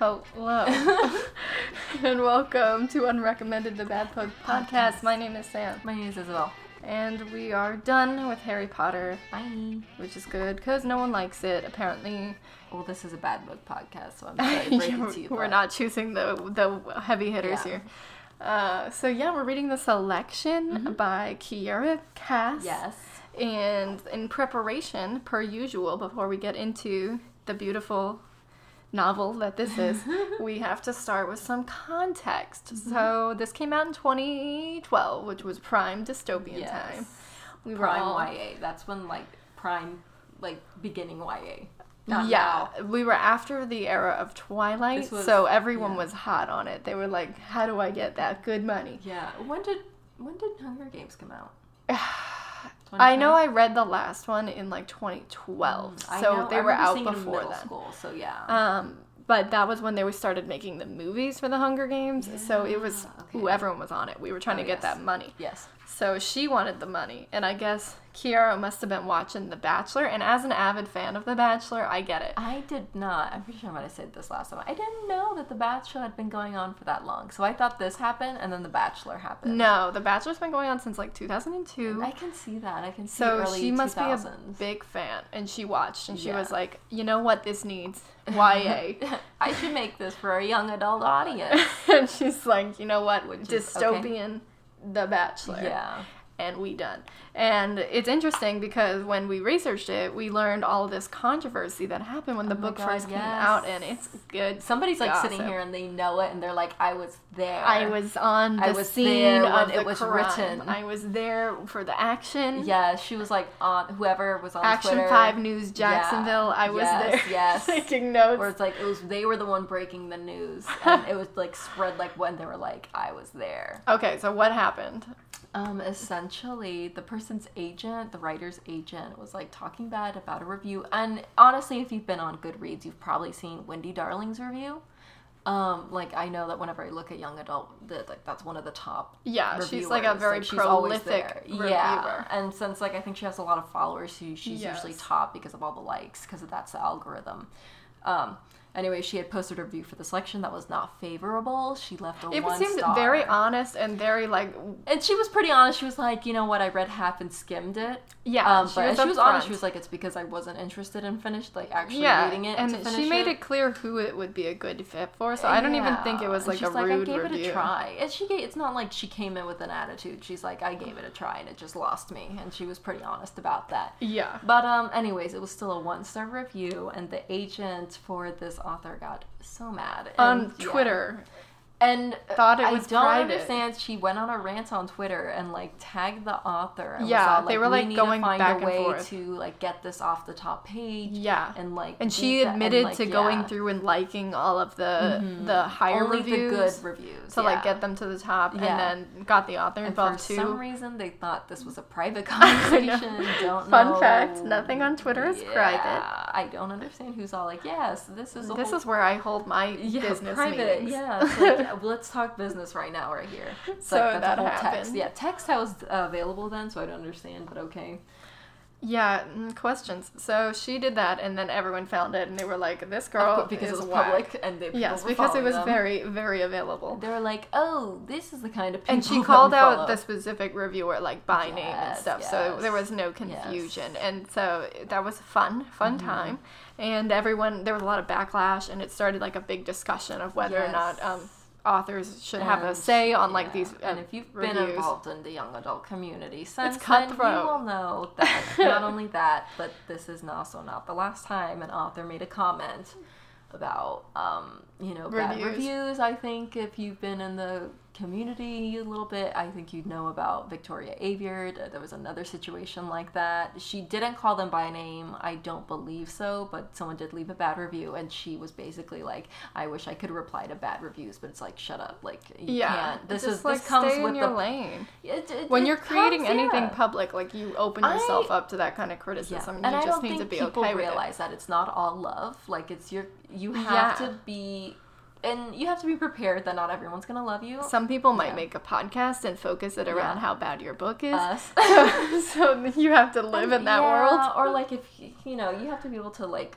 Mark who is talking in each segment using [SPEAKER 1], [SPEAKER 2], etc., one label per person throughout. [SPEAKER 1] Hello. and welcome to Unrecommended the Bad Pug podcast. My name is Sam.
[SPEAKER 2] My name is Isabel.
[SPEAKER 1] And we are done with Harry Potter,
[SPEAKER 2] Bye.
[SPEAKER 1] which is good because no one likes it, apparently.
[SPEAKER 2] Well, this is a bad book podcast, so I'm sorry to break it to you.
[SPEAKER 1] We're
[SPEAKER 2] but-
[SPEAKER 1] not choosing the, the heavy hitters
[SPEAKER 2] Yeah.
[SPEAKER 1] here. Uh, so, yeah, we're reading The Selection by Kiara Cass.
[SPEAKER 2] Mm-hmm. Yes.
[SPEAKER 1] And in preparation, per usual, before we get into the beautiful novel that this is, we have to start with some context.
[SPEAKER 2] Mm-hmm.
[SPEAKER 1] So this came out in 2012, which was prime dystopian
[SPEAKER 2] Yes.
[SPEAKER 1] time. We were
[SPEAKER 2] Prime
[SPEAKER 1] all
[SPEAKER 2] YA. That's when like prime, like beginning YA. Not
[SPEAKER 1] yeah,
[SPEAKER 2] now.
[SPEAKER 1] we were after the era of Twilight,
[SPEAKER 2] This was-
[SPEAKER 1] so everyone
[SPEAKER 2] yeah.
[SPEAKER 1] was hot on it. They were like, "How do I get that good money?"
[SPEAKER 2] Yeah. When did when did Hunger Games come out?
[SPEAKER 1] I know I read the last one in like 2012,
[SPEAKER 2] 2020? Mm, I
[SPEAKER 1] so
[SPEAKER 2] know-
[SPEAKER 1] they
[SPEAKER 2] I
[SPEAKER 1] were
[SPEAKER 2] remember
[SPEAKER 1] out
[SPEAKER 2] seeing it in
[SPEAKER 1] before
[SPEAKER 2] middle
[SPEAKER 1] then.
[SPEAKER 2] School, so yeah.
[SPEAKER 1] Um, but that was when they started making the movies for the Hunger Games. So it was
[SPEAKER 2] Yeah, okay.
[SPEAKER 1] who everyone was on it. We were trying
[SPEAKER 2] Oh,
[SPEAKER 1] to get
[SPEAKER 2] yes.
[SPEAKER 1] that money.
[SPEAKER 2] yes.
[SPEAKER 1] So she wanted the money, and I guess Kiara must have been watching The Bachelor. And as an avid fan of The Bachelor, I get it.
[SPEAKER 2] I did not. I'm pretty sure I might have said this last time. I didn't know that The Bachelor had been going on for that long. So I thought this happened, and then The Bachelor happened.
[SPEAKER 1] No, The Bachelor's been going on since like 2002.
[SPEAKER 2] I can see that. I can see
[SPEAKER 1] so
[SPEAKER 2] early
[SPEAKER 1] she must
[SPEAKER 2] 2000s.
[SPEAKER 1] be a big fan, and she watched, and she
[SPEAKER 2] Yeah.
[SPEAKER 1] was like, "You know what this needs? YA."
[SPEAKER 2] I should make this for a young adult audience.
[SPEAKER 1] and she's like, "You know what?
[SPEAKER 2] Which is- okay.
[SPEAKER 1] Dystopian, The Bachelor."
[SPEAKER 2] yeah.
[SPEAKER 1] and we done. And it's interesting because when we researched it, we learned all this controversy that happened when the
[SPEAKER 2] Oh my
[SPEAKER 1] book
[SPEAKER 2] God,
[SPEAKER 1] first came
[SPEAKER 2] yes.
[SPEAKER 1] out, and it's good.
[SPEAKER 2] Somebody's like sitting
[SPEAKER 1] Gossip.
[SPEAKER 2] here and they know it and they're like, I was there.
[SPEAKER 1] I was on the
[SPEAKER 2] I was
[SPEAKER 1] scene
[SPEAKER 2] there when
[SPEAKER 1] of the
[SPEAKER 2] it was
[SPEAKER 1] crime.
[SPEAKER 2] written.
[SPEAKER 1] I was there for the action.
[SPEAKER 2] Yeah, she was like on whoever was on
[SPEAKER 1] Action
[SPEAKER 2] Twitter.
[SPEAKER 1] Five News Jacksonville. I was
[SPEAKER 2] Yes,
[SPEAKER 1] there.
[SPEAKER 2] yes.
[SPEAKER 1] taking notes.
[SPEAKER 2] Where it's like it was they were the one breaking the news and it was like spread like when they were like I was there.
[SPEAKER 1] okay, so what happened?
[SPEAKER 2] Um, essentially, the person's agent, the writer's agent, was like talking bad about a review. And honestly, if you've been on Goodreads, you've probably seen Wendy Darling's review. Um, like I know that whenever I look at young adult, that like that's one of the top.
[SPEAKER 1] Yeah, she's, like, a
[SPEAKER 2] reviewers.
[SPEAKER 1] very
[SPEAKER 2] she's always
[SPEAKER 1] prolific
[SPEAKER 2] there. Yeah,
[SPEAKER 1] reviewer.
[SPEAKER 2] and since like I think she has a lot of followers, she, she's
[SPEAKER 1] Yes.
[SPEAKER 2] usually top because of all the likes, because that's the algorithm. Um, anyway, she had posted a review for the selection that was not favorable. She left a
[SPEAKER 1] It
[SPEAKER 2] one
[SPEAKER 1] seemed
[SPEAKER 2] star.
[SPEAKER 1] very honest and very like
[SPEAKER 2] And she was pretty honest. She was like, you know what? I read half and skimmed it.
[SPEAKER 1] Yeah,
[SPEAKER 2] um,
[SPEAKER 1] she
[SPEAKER 2] but and
[SPEAKER 1] was
[SPEAKER 2] she was
[SPEAKER 1] upfront.
[SPEAKER 2] honest. She was like, it's because I wasn't interested in finished, like actually
[SPEAKER 1] yeah,
[SPEAKER 2] reading it.
[SPEAKER 1] and
[SPEAKER 2] to finish
[SPEAKER 1] she made
[SPEAKER 2] it.
[SPEAKER 1] it clear who it would be a good fit for. So I don't even think it was
[SPEAKER 2] And
[SPEAKER 1] like
[SPEAKER 2] she's
[SPEAKER 1] a rude
[SPEAKER 2] I gave
[SPEAKER 1] review.
[SPEAKER 2] it a try. And she gave, it's not like she came in with an attitude. She's like, I gave it a try and it just lost me. And she was pretty honest about that.
[SPEAKER 1] Yeah.
[SPEAKER 2] But um, anyways, it was still a one star review, and the agent for this author got so mad
[SPEAKER 1] on
[SPEAKER 2] And, yeah.
[SPEAKER 1] Twitter.
[SPEAKER 2] and
[SPEAKER 1] Thought it
[SPEAKER 2] I
[SPEAKER 1] was
[SPEAKER 2] don't
[SPEAKER 1] private.
[SPEAKER 2] understand. She went on a rant on Twitter and like tagged the author. And
[SPEAKER 1] Yeah,
[SPEAKER 2] was all,
[SPEAKER 1] they were,
[SPEAKER 2] "We
[SPEAKER 1] like,
[SPEAKER 2] need
[SPEAKER 1] going
[SPEAKER 2] to find
[SPEAKER 1] back and
[SPEAKER 2] a way
[SPEAKER 1] forth.
[SPEAKER 2] to like get this off the top page.
[SPEAKER 1] Yeah.
[SPEAKER 2] and like
[SPEAKER 1] And she
[SPEAKER 2] beat the- and,
[SPEAKER 1] admitted
[SPEAKER 2] like,
[SPEAKER 1] to going
[SPEAKER 2] yeah, Mm-hmm.
[SPEAKER 1] through and liking all of the the higher
[SPEAKER 2] only
[SPEAKER 1] reviews
[SPEAKER 2] the good reviews
[SPEAKER 1] to like
[SPEAKER 2] yeah.
[SPEAKER 1] get them to the top,
[SPEAKER 2] Yeah.
[SPEAKER 1] and then got the author
[SPEAKER 2] And for
[SPEAKER 1] involved too.
[SPEAKER 2] some reason, they thought this was a private conversation. don't
[SPEAKER 1] Fun
[SPEAKER 2] know.
[SPEAKER 1] fact, nothing on Twitter is
[SPEAKER 2] Yeah,
[SPEAKER 1] private.
[SPEAKER 2] I don't understand who's all like, yes, this is a
[SPEAKER 1] this
[SPEAKER 2] whole
[SPEAKER 1] is where I hold my
[SPEAKER 2] Yeah,
[SPEAKER 1] business
[SPEAKER 2] private.
[SPEAKER 1] meetings.
[SPEAKER 2] Yeah, it's like, yeah, let's talk business right now, right here. It's
[SPEAKER 1] So
[SPEAKER 2] like, that's
[SPEAKER 1] that
[SPEAKER 2] a whole text.
[SPEAKER 1] happened.
[SPEAKER 2] Yeah, text how is uh, available then, so I don't understand, but okay.
[SPEAKER 1] Yeah, mm, questions. So she did that, and then everyone found it, and they were like, "This
[SPEAKER 2] Of
[SPEAKER 1] girl
[SPEAKER 2] course, because
[SPEAKER 1] is
[SPEAKER 2] it was
[SPEAKER 1] whack.
[SPEAKER 2] public and they people
[SPEAKER 1] Yes,
[SPEAKER 2] were
[SPEAKER 1] because it
[SPEAKER 2] following
[SPEAKER 1] was
[SPEAKER 2] them.
[SPEAKER 1] very, very available.
[SPEAKER 2] They were like, oh, this is the kind of people.
[SPEAKER 1] And she
[SPEAKER 2] that
[SPEAKER 1] called
[SPEAKER 2] we
[SPEAKER 1] out
[SPEAKER 2] follow.
[SPEAKER 1] the specific reviewer like by name and
[SPEAKER 2] Yes,
[SPEAKER 1] stuff, so
[SPEAKER 2] yes,
[SPEAKER 1] there was no confusion. And so that was fun, fun
[SPEAKER 2] Mm-hmm.
[SPEAKER 1] time. And everyone, there was a lot of backlash, and it started like a big discussion of whether or not
[SPEAKER 2] Yes.
[SPEAKER 1] um, authors should have a
[SPEAKER 2] And,
[SPEAKER 1] say on like
[SPEAKER 2] yeah,
[SPEAKER 1] these. Uh,
[SPEAKER 2] and if you've been
[SPEAKER 1] reviews.
[SPEAKER 2] involved in the young adult community since then,
[SPEAKER 1] cutthroat.
[SPEAKER 2] you will know that not only that, but this is also not the last time an author made a comment about um, you know bad
[SPEAKER 1] Reviews.
[SPEAKER 2] reviews. I think if you've been in the community a little bit, I think you'd know about Victoria Aviard. Uh, There was another situation like that. She didn't call them by name. I don't believe so, but someone did leave a bad review, and she was basically like, "I wish I could reply to bad reviews," but it's like, shut up, like you
[SPEAKER 1] yeah,
[SPEAKER 2] can't. This
[SPEAKER 1] just,
[SPEAKER 2] is
[SPEAKER 1] like
[SPEAKER 2] this comes
[SPEAKER 1] stay
[SPEAKER 2] with
[SPEAKER 1] in your
[SPEAKER 2] the
[SPEAKER 1] lane.
[SPEAKER 2] It- it-
[SPEAKER 1] When
[SPEAKER 2] it
[SPEAKER 1] you're creating
[SPEAKER 2] comes-
[SPEAKER 1] anything
[SPEAKER 2] yeah.
[SPEAKER 1] public, like you open
[SPEAKER 2] I-
[SPEAKER 1] yourself up to that kind of
[SPEAKER 2] Yeah,
[SPEAKER 1] criticism.
[SPEAKER 2] and
[SPEAKER 1] you
[SPEAKER 2] I
[SPEAKER 1] just
[SPEAKER 2] don't
[SPEAKER 1] need
[SPEAKER 2] think
[SPEAKER 1] to be
[SPEAKER 2] people
[SPEAKER 1] okay with it.
[SPEAKER 2] realize that it's not all love. Like it's your you have
[SPEAKER 1] Yeah.
[SPEAKER 2] to be, and you have to be prepared that not everyone's gonna love you.
[SPEAKER 1] Some people might
[SPEAKER 2] Yeah.
[SPEAKER 1] make a podcast and focus it around
[SPEAKER 2] Yeah. Uh,
[SPEAKER 1] how bad your book is.
[SPEAKER 2] Us.
[SPEAKER 1] so you have to live in that
[SPEAKER 2] Yeah,
[SPEAKER 1] world.
[SPEAKER 2] or like if you know, you have to be able to like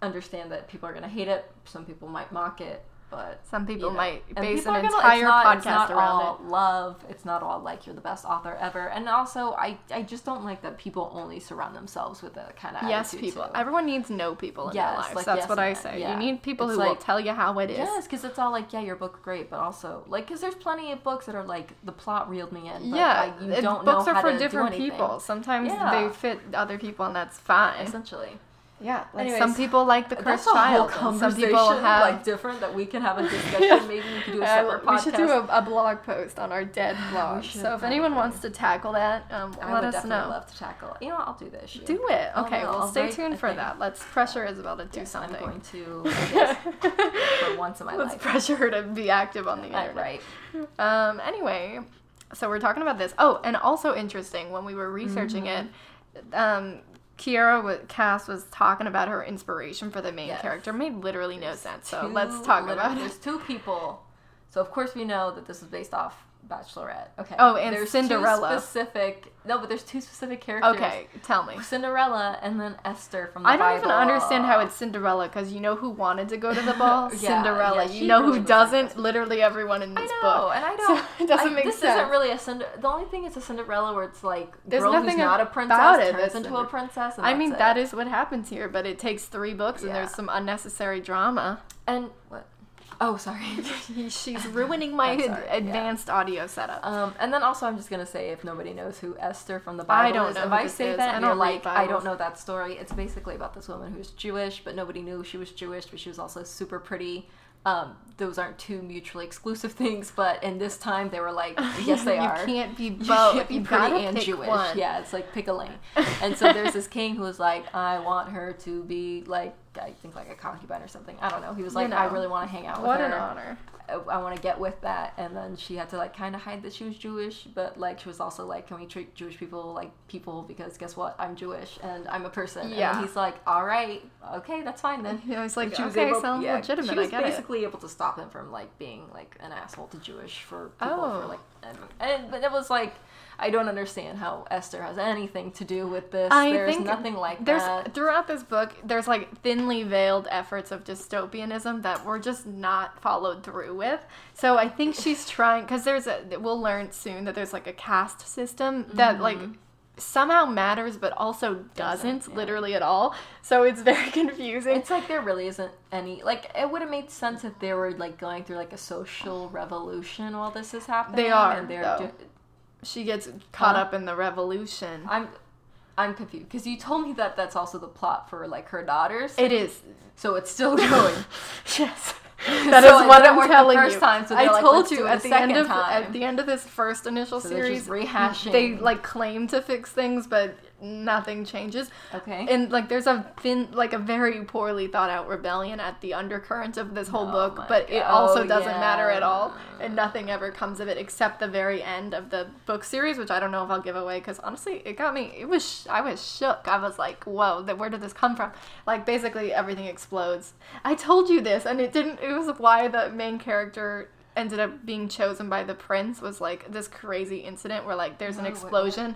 [SPEAKER 2] understand that people are going to hate it. Some people might mock it, but
[SPEAKER 1] Some people
[SPEAKER 2] know.
[SPEAKER 1] might
[SPEAKER 2] And
[SPEAKER 1] base
[SPEAKER 2] people
[SPEAKER 1] an
[SPEAKER 2] are gonna-
[SPEAKER 1] entire
[SPEAKER 2] it's not,
[SPEAKER 1] podcast
[SPEAKER 2] it's not
[SPEAKER 1] around
[SPEAKER 2] all
[SPEAKER 1] it.
[SPEAKER 2] love. It's not all like you're the best author ever. And also, I I just don't like that people only surround themselves with that kind of
[SPEAKER 1] Yes,
[SPEAKER 2] attitude,
[SPEAKER 1] people.
[SPEAKER 2] too.
[SPEAKER 1] Everyone needs no people in their
[SPEAKER 2] Yes,
[SPEAKER 1] lives.
[SPEAKER 2] like
[SPEAKER 1] That's
[SPEAKER 2] yes
[SPEAKER 1] what I
[SPEAKER 2] men,
[SPEAKER 1] say.
[SPEAKER 2] yeah.
[SPEAKER 1] You need people
[SPEAKER 2] It's
[SPEAKER 1] who will
[SPEAKER 2] like-
[SPEAKER 1] tell you how it is.
[SPEAKER 2] Yes, because it's all like, yeah, your book great, but also like, because there's plenty of books that are like the plot reeled me in. But
[SPEAKER 1] yeah,
[SPEAKER 2] I, you
[SPEAKER 1] it-
[SPEAKER 2] don't
[SPEAKER 1] books
[SPEAKER 2] know
[SPEAKER 1] are
[SPEAKER 2] how
[SPEAKER 1] for
[SPEAKER 2] to do
[SPEAKER 1] different
[SPEAKER 2] anything,
[SPEAKER 1] people. Sometimes
[SPEAKER 2] Yeah.
[SPEAKER 1] they fit other people, and that's fine.
[SPEAKER 2] Essentially,
[SPEAKER 1] Yeah, like
[SPEAKER 2] Anyways,
[SPEAKER 1] some people like the
[SPEAKER 2] that's
[SPEAKER 1] cursed
[SPEAKER 2] a whole
[SPEAKER 1] child. and Some
[SPEAKER 2] conversation
[SPEAKER 1] people have.
[SPEAKER 2] like different that we can have a discussion. Maybe we could do a
[SPEAKER 1] Uh,
[SPEAKER 2] separate podcast.
[SPEAKER 1] we should do a, a blog post on our dead blog.
[SPEAKER 2] should,
[SPEAKER 1] So if anyone
[SPEAKER 2] probably.
[SPEAKER 1] wants to tackle that, um,
[SPEAKER 2] I
[SPEAKER 1] let
[SPEAKER 2] would
[SPEAKER 1] us
[SPEAKER 2] definitely
[SPEAKER 1] know.
[SPEAKER 2] love to tackle. You know, I'll do this. year.
[SPEAKER 1] Do it.
[SPEAKER 2] Oh,
[SPEAKER 1] Okay,
[SPEAKER 2] no,
[SPEAKER 1] well,
[SPEAKER 2] I'll
[SPEAKER 1] stay
[SPEAKER 2] write
[SPEAKER 1] tuned
[SPEAKER 2] a
[SPEAKER 1] for
[SPEAKER 2] thing.
[SPEAKER 1] that. Let's pressure Isabel to do
[SPEAKER 2] Yes, I'm
[SPEAKER 1] something.
[SPEAKER 2] going to yes, for once in my
[SPEAKER 1] Let's
[SPEAKER 2] life.
[SPEAKER 1] pressure her to be active on the
[SPEAKER 2] I-
[SPEAKER 1] internet.
[SPEAKER 2] right.
[SPEAKER 1] Um, anyway, so we're talking about this. Oh, and also interesting when we were researching
[SPEAKER 2] Mm-hmm.
[SPEAKER 1] it, um, Kiara wa Cass was talking about her inspiration for the main
[SPEAKER 2] Yes.
[SPEAKER 1] character. Made literally no sense. So
[SPEAKER 2] Two
[SPEAKER 1] let's talk
[SPEAKER 2] literal-
[SPEAKER 1] about it.
[SPEAKER 2] There's two people, so of course we know that this is based off Bachelorette. Okay.
[SPEAKER 1] Oh, and
[SPEAKER 2] there's
[SPEAKER 1] Cinderella.
[SPEAKER 2] Two specific. No, but there's two specific characters.
[SPEAKER 1] Okay, tell me.
[SPEAKER 2] Cinderella and then Esther from the
[SPEAKER 1] I don't even
[SPEAKER 2] Bible.
[SPEAKER 1] understand how it's Cinderella because you know who wanted to go to the ball,
[SPEAKER 2] Yeah,
[SPEAKER 1] Cinderella.
[SPEAKER 2] yeah,
[SPEAKER 1] you
[SPEAKER 2] she
[SPEAKER 1] know
[SPEAKER 2] really
[SPEAKER 1] who
[SPEAKER 2] was like
[SPEAKER 1] doesn't.
[SPEAKER 2] this.
[SPEAKER 1] Literally everyone in
[SPEAKER 2] I
[SPEAKER 1] this
[SPEAKER 2] know,
[SPEAKER 1] book.
[SPEAKER 2] and I
[SPEAKER 1] So
[SPEAKER 2] don't.
[SPEAKER 1] it doesn't
[SPEAKER 2] I-
[SPEAKER 1] make
[SPEAKER 2] this
[SPEAKER 1] sense.
[SPEAKER 2] isn't really a Cinder. The only thing is a Cinderella where it's like
[SPEAKER 1] There's
[SPEAKER 2] girl who's
[SPEAKER 1] nothing
[SPEAKER 2] not a
[SPEAKER 1] about
[SPEAKER 2] princess
[SPEAKER 1] it
[SPEAKER 2] turns
[SPEAKER 1] that's
[SPEAKER 2] into a
[SPEAKER 1] Cinder-
[SPEAKER 2] princess. And
[SPEAKER 1] I mean,
[SPEAKER 2] that's
[SPEAKER 1] that
[SPEAKER 2] it.
[SPEAKER 1] is what happens here, but it takes three books and
[SPEAKER 2] Yeah.
[SPEAKER 1] there's some unnecessary drama.
[SPEAKER 2] and what? Oh, sorry.
[SPEAKER 1] She's ruining my
[SPEAKER 2] I'm sorry, yeah.
[SPEAKER 1] advanced audio setup.
[SPEAKER 2] Um, and then also, I'm just gonna say, if nobody knows who Esther from the Bible
[SPEAKER 1] I don't
[SPEAKER 2] is,
[SPEAKER 1] know
[SPEAKER 2] if
[SPEAKER 1] who
[SPEAKER 2] I
[SPEAKER 1] this
[SPEAKER 2] say
[SPEAKER 1] is. I
[SPEAKER 2] that, and
[SPEAKER 1] don't
[SPEAKER 2] you're
[SPEAKER 1] read
[SPEAKER 2] like, I
[SPEAKER 1] Bibles.
[SPEAKER 2] don't know that story. It's basically about this woman who's Jewish, but nobody knew she was Jewish, but she was also super pretty. Um, those aren't two mutually exclusive things, but in this time, they were like, yes, they
[SPEAKER 1] you
[SPEAKER 2] are.
[SPEAKER 1] can't be both. You,
[SPEAKER 2] You can't be
[SPEAKER 1] gotta
[SPEAKER 2] pretty and
[SPEAKER 1] pick
[SPEAKER 2] Jewish.
[SPEAKER 1] one.
[SPEAKER 2] Yeah, it's like pick a lane. And so there's this king who was like, I want her to be like, I think like a concubine or something. I don't know. He was
[SPEAKER 1] You
[SPEAKER 2] like, I
[SPEAKER 1] know.
[SPEAKER 2] really want to hang out with
[SPEAKER 1] What
[SPEAKER 2] her.
[SPEAKER 1] an honor.
[SPEAKER 2] I, want to get with that. And then she had to like kind of hide that she was Jewish, but like she was also like, can we treat Jewish people like people? Because guess what? I'm Jewish and I'm a person. And
[SPEAKER 1] Yeah.
[SPEAKER 2] then he's like, all right, okay, that's fine then.
[SPEAKER 1] Yeah, it's like,
[SPEAKER 2] She was
[SPEAKER 1] okay,
[SPEAKER 2] able-
[SPEAKER 1] sounds
[SPEAKER 2] yeah,
[SPEAKER 1] legitimate.
[SPEAKER 2] She was
[SPEAKER 1] I get it.
[SPEAKER 2] basically able to stop him from like being like an asshole to Jewish for people for
[SPEAKER 1] Oh.
[SPEAKER 2] like, and, and but it was like. I don't understand how Esther has anything to do with this.
[SPEAKER 1] I
[SPEAKER 2] There's
[SPEAKER 1] think
[SPEAKER 2] nothing like
[SPEAKER 1] There's
[SPEAKER 2] that.
[SPEAKER 1] throughout this book, there's like thinly veiled efforts of dystopianism that were just not followed through with. So I think she's trying because there's a we'll learn soon that there's like a caste system that like somehow matters but also doesn't,
[SPEAKER 2] Mm-hmm. Doesn't, yeah.
[SPEAKER 1] literally at all. So it's very confusing.
[SPEAKER 2] It's like there really isn't any like it would have made sense if they were like going through like a social revolution while this is happening.
[SPEAKER 1] are,
[SPEAKER 2] And they're
[SPEAKER 1] though.
[SPEAKER 2] do-
[SPEAKER 1] she gets caught
[SPEAKER 2] Huh?
[SPEAKER 1] up in the revolution.
[SPEAKER 2] I'm I'm confused because you told me that that's also the plot for like her daughters.
[SPEAKER 1] It is
[SPEAKER 2] so it's still going.
[SPEAKER 1] yes. That is
[SPEAKER 2] So it
[SPEAKER 1] what
[SPEAKER 2] didn't
[SPEAKER 1] I'm
[SPEAKER 2] work the
[SPEAKER 1] telling
[SPEAKER 2] first
[SPEAKER 1] you.
[SPEAKER 2] time, so
[SPEAKER 1] I
[SPEAKER 2] they're like,
[SPEAKER 1] told
[SPEAKER 2] "Let's do
[SPEAKER 1] you
[SPEAKER 2] it
[SPEAKER 1] at the
[SPEAKER 2] a
[SPEAKER 1] end
[SPEAKER 2] second
[SPEAKER 1] of at
[SPEAKER 2] time."
[SPEAKER 1] the end of this first initial
[SPEAKER 2] So they're
[SPEAKER 1] series,
[SPEAKER 2] just rehashing.
[SPEAKER 1] they like claim to fix things, but nothing changes.
[SPEAKER 2] okay.
[SPEAKER 1] And like, there's a thin, like a very poorly thought out rebellion at the undercurrent of this whole
[SPEAKER 2] Oh
[SPEAKER 1] book,
[SPEAKER 2] my
[SPEAKER 1] but it
[SPEAKER 2] God.
[SPEAKER 1] also
[SPEAKER 2] Oh,
[SPEAKER 1] doesn't matter at all,
[SPEAKER 2] yeah.
[SPEAKER 1] and nothing ever comes of it except the very end of the book series, which I don't know if I'll give away because honestly, it got me. It was I was shook. I was like, whoa, that where did this come from? Like basically everything explodes. I told you this, and it didn't. It was why the main character ended up being chosen by the prince was like this crazy incident where like there's an
[SPEAKER 2] No, wait, what?
[SPEAKER 1] explosion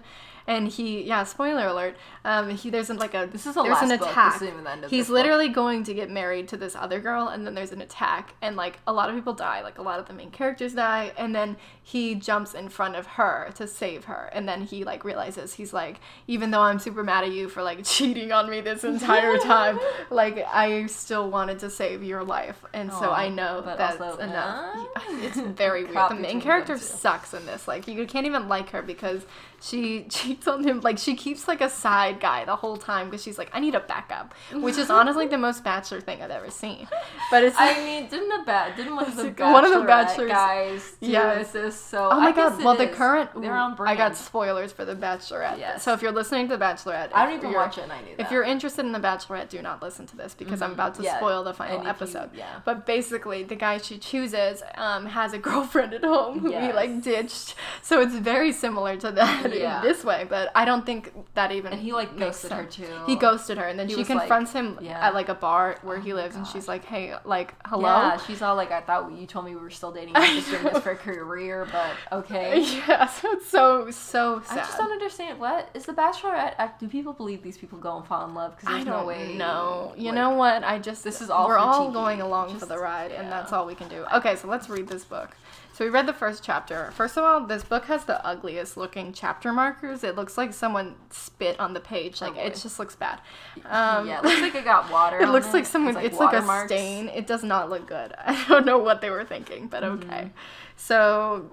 [SPEAKER 1] and he yeah spoiler alert um he there's an, like a
[SPEAKER 2] This is the
[SPEAKER 1] there's an
[SPEAKER 2] last book. This
[SPEAKER 1] attack
[SPEAKER 2] isn't even the end of
[SPEAKER 1] he's
[SPEAKER 2] this book.
[SPEAKER 1] literally going to get married to this other girl and then there's an attack and like a lot of people die like a lot of the main characters die and then he jumps in front of her to save her and then he like realizes he's like even though i'm super mad at you for like cheating on me this entire time like i still wanted to save your life and so
[SPEAKER 2] Aw,
[SPEAKER 1] i know
[SPEAKER 2] but
[SPEAKER 1] that's
[SPEAKER 2] also,
[SPEAKER 1] enough
[SPEAKER 2] uh,
[SPEAKER 1] it's very weird
[SPEAKER 2] Caught
[SPEAKER 1] the main
[SPEAKER 2] between
[SPEAKER 1] character
[SPEAKER 2] them two.
[SPEAKER 1] sucks in this. Like you can't even like her because she cheats on him. Like she keeps like a side guy the whole time because she's like, I need a backup, which is honestly the most bachelor thing I've ever seen. But it's
[SPEAKER 2] I mean, didn't the bat? Didn't one of the
[SPEAKER 1] It's like one of the
[SPEAKER 2] Bachelorette
[SPEAKER 1] Bachelors-
[SPEAKER 2] guys do
[SPEAKER 1] Yes.
[SPEAKER 2] this? So
[SPEAKER 1] oh my
[SPEAKER 2] I guess
[SPEAKER 1] god!
[SPEAKER 2] it
[SPEAKER 1] Well, the
[SPEAKER 2] is.
[SPEAKER 1] current ooh,
[SPEAKER 2] they're on brand.
[SPEAKER 1] I got spoilers for the Bachelorette.
[SPEAKER 2] Yes.
[SPEAKER 1] So if you're listening to the Bachelorette,
[SPEAKER 2] I
[SPEAKER 1] if
[SPEAKER 2] don't even
[SPEAKER 1] you're-
[SPEAKER 2] watch it. and I knew that.
[SPEAKER 1] If you're interested in The Bachelorette, do not listen to this because I'm about to
[SPEAKER 2] Yeah.
[SPEAKER 1] spoil the final
[SPEAKER 2] And if you-
[SPEAKER 1] episode.
[SPEAKER 2] yeah.
[SPEAKER 1] But basically, the guy she chooses um, has a girlfriend at home who he
[SPEAKER 2] Yes.
[SPEAKER 1] like ditched. So it's very similar to that. at
[SPEAKER 2] Yeah.
[SPEAKER 1] it this way, but I don't think that even.
[SPEAKER 2] And he like
[SPEAKER 1] makes
[SPEAKER 2] ghosted her
[SPEAKER 1] sense.
[SPEAKER 2] too.
[SPEAKER 1] He ghosted her, and then
[SPEAKER 2] He
[SPEAKER 1] she
[SPEAKER 2] was like-
[SPEAKER 1] confronts him
[SPEAKER 2] yeah.
[SPEAKER 1] at like a bar where
[SPEAKER 2] Oh
[SPEAKER 1] he
[SPEAKER 2] my
[SPEAKER 1] lives, and
[SPEAKER 2] God.
[SPEAKER 1] she's like, "Hey, like, hello."
[SPEAKER 2] Yeah, she's all like, I thought you told me we were still dating. I was just doing this for a career, but okay.
[SPEAKER 1] Yeah, so it's so so sad.
[SPEAKER 2] I just don't understand. What is the Bachelorette act? Do people believe these people go and fall in love? Because
[SPEAKER 1] I
[SPEAKER 2] there's
[SPEAKER 1] don't
[SPEAKER 2] no way.
[SPEAKER 1] know. You
[SPEAKER 2] like-
[SPEAKER 1] know what? I just
[SPEAKER 2] This is all
[SPEAKER 1] we're
[SPEAKER 2] for
[SPEAKER 1] all
[SPEAKER 2] TV.
[SPEAKER 1] going along for
[SPEAKER 2] Just-
[SPEAKER 1] the ride, and
[SPEAKER 2] yeah.
[SPEAKER 1] that's all we can do. Okay, so let's read this book. So we read the first chapter. First of all, this book has the ugliest looking chapter markers. It looks like someone spit on the page. Like it
[SPEAKER 2] Oh, boy.
[SPEAKER 1] just looks bad. Um,
[SPEAKER 2] yeah, it looks like it got water.
[SPEAKER 1] it
[SPEAKER 2] on
[SPEAKER 1] looks like someone.
[SPEAKER 2] It's
[SPEAKER 1] it's like a
[SPEAKER 2] watermarks.
[SPEAKER 1] stain. It does not look good. I don't know what they were thinking, but
[SPEAKER 2] Mm-hmm.
[SPEAKER 1] okay. So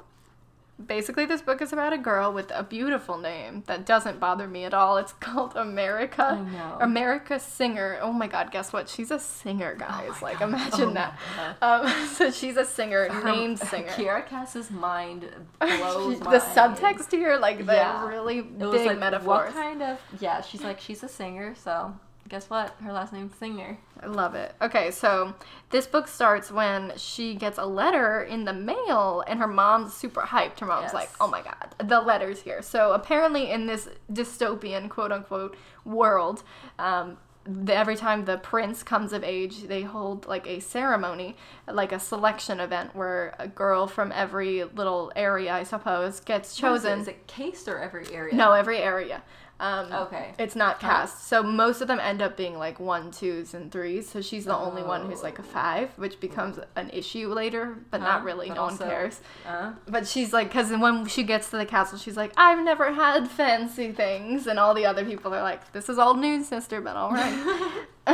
[SPEAKER 1] basically, this book is about a girl with a beautiful name that doesn't bother me at all. It's called America.
[SPEAKER 2] I know.
[SPEAKER 1] America Singer. Oh my God! Guess what? She's a singer, guys. like imagine
[SPEAKER 2] Oh my
[SPEAKER 1] that.
[SPEAKER 2] God.
[SPEAKER 1] Um, so she's a singer, named
[SPEAKER 2] Her-
[SPEAKER 1] singer.
[SPEAKER 2] Kiara Cass's mind blows
[SPEAKER 1] the
[SPEAKER 2] mine.
[SPEAKER 1] subtext here, like the
[SPEAKER 2] Yeah.
[SPEAKER 1] really
[SPEAKER 2] It
[SPEAKER 1] big
[SPEAKER 2] was like,
[SPEAKER 1] metaphors.
[SPEAKER 2] What kind of? Yeah, she's like she's a singer, so guess what? Her last name's Singer.
[SPEAKER 1] I love it. Okay, so this book starts when she gets a letter in the mail and her mom's super hyped. Her mom's
[SPEAKER 2] Yes.
[SPEAKER 1] like, oh my God, the letter's here. So apparently, in this dystopian quote unquote world, um, the, every time the prince comes of age, they hold like a ceremony, like a selection event where a girl from every little area, I suppose, gets
[SPEAKER 2] What is it?
[SPEAKER 1] chosen.
[SPEAKER 2] Is it cased or every area?
[SPEAKER 1] No, every area. Um,
[SPEAKER 2] Okay.
[SPEAKER 1] It's not cast. So most of them end up being like one, twos, and threes. So she's the only one who's like a five, which becomes an issue later, but not
[SPEAKER 2] Oh. Huh?
[SPEAKER 1] really.
[SPEAKER 2] But
[SPEAKER 1] no
[SPEAKER 2] also-
[SPEAKER 1] one cares.
[SPEAKER 2] Uh,
[SPEAKER 1] But she's like, because when she gets to the castle, she's like, I've never had fancy things. And all the other people are like, this is old news, sister, but all right.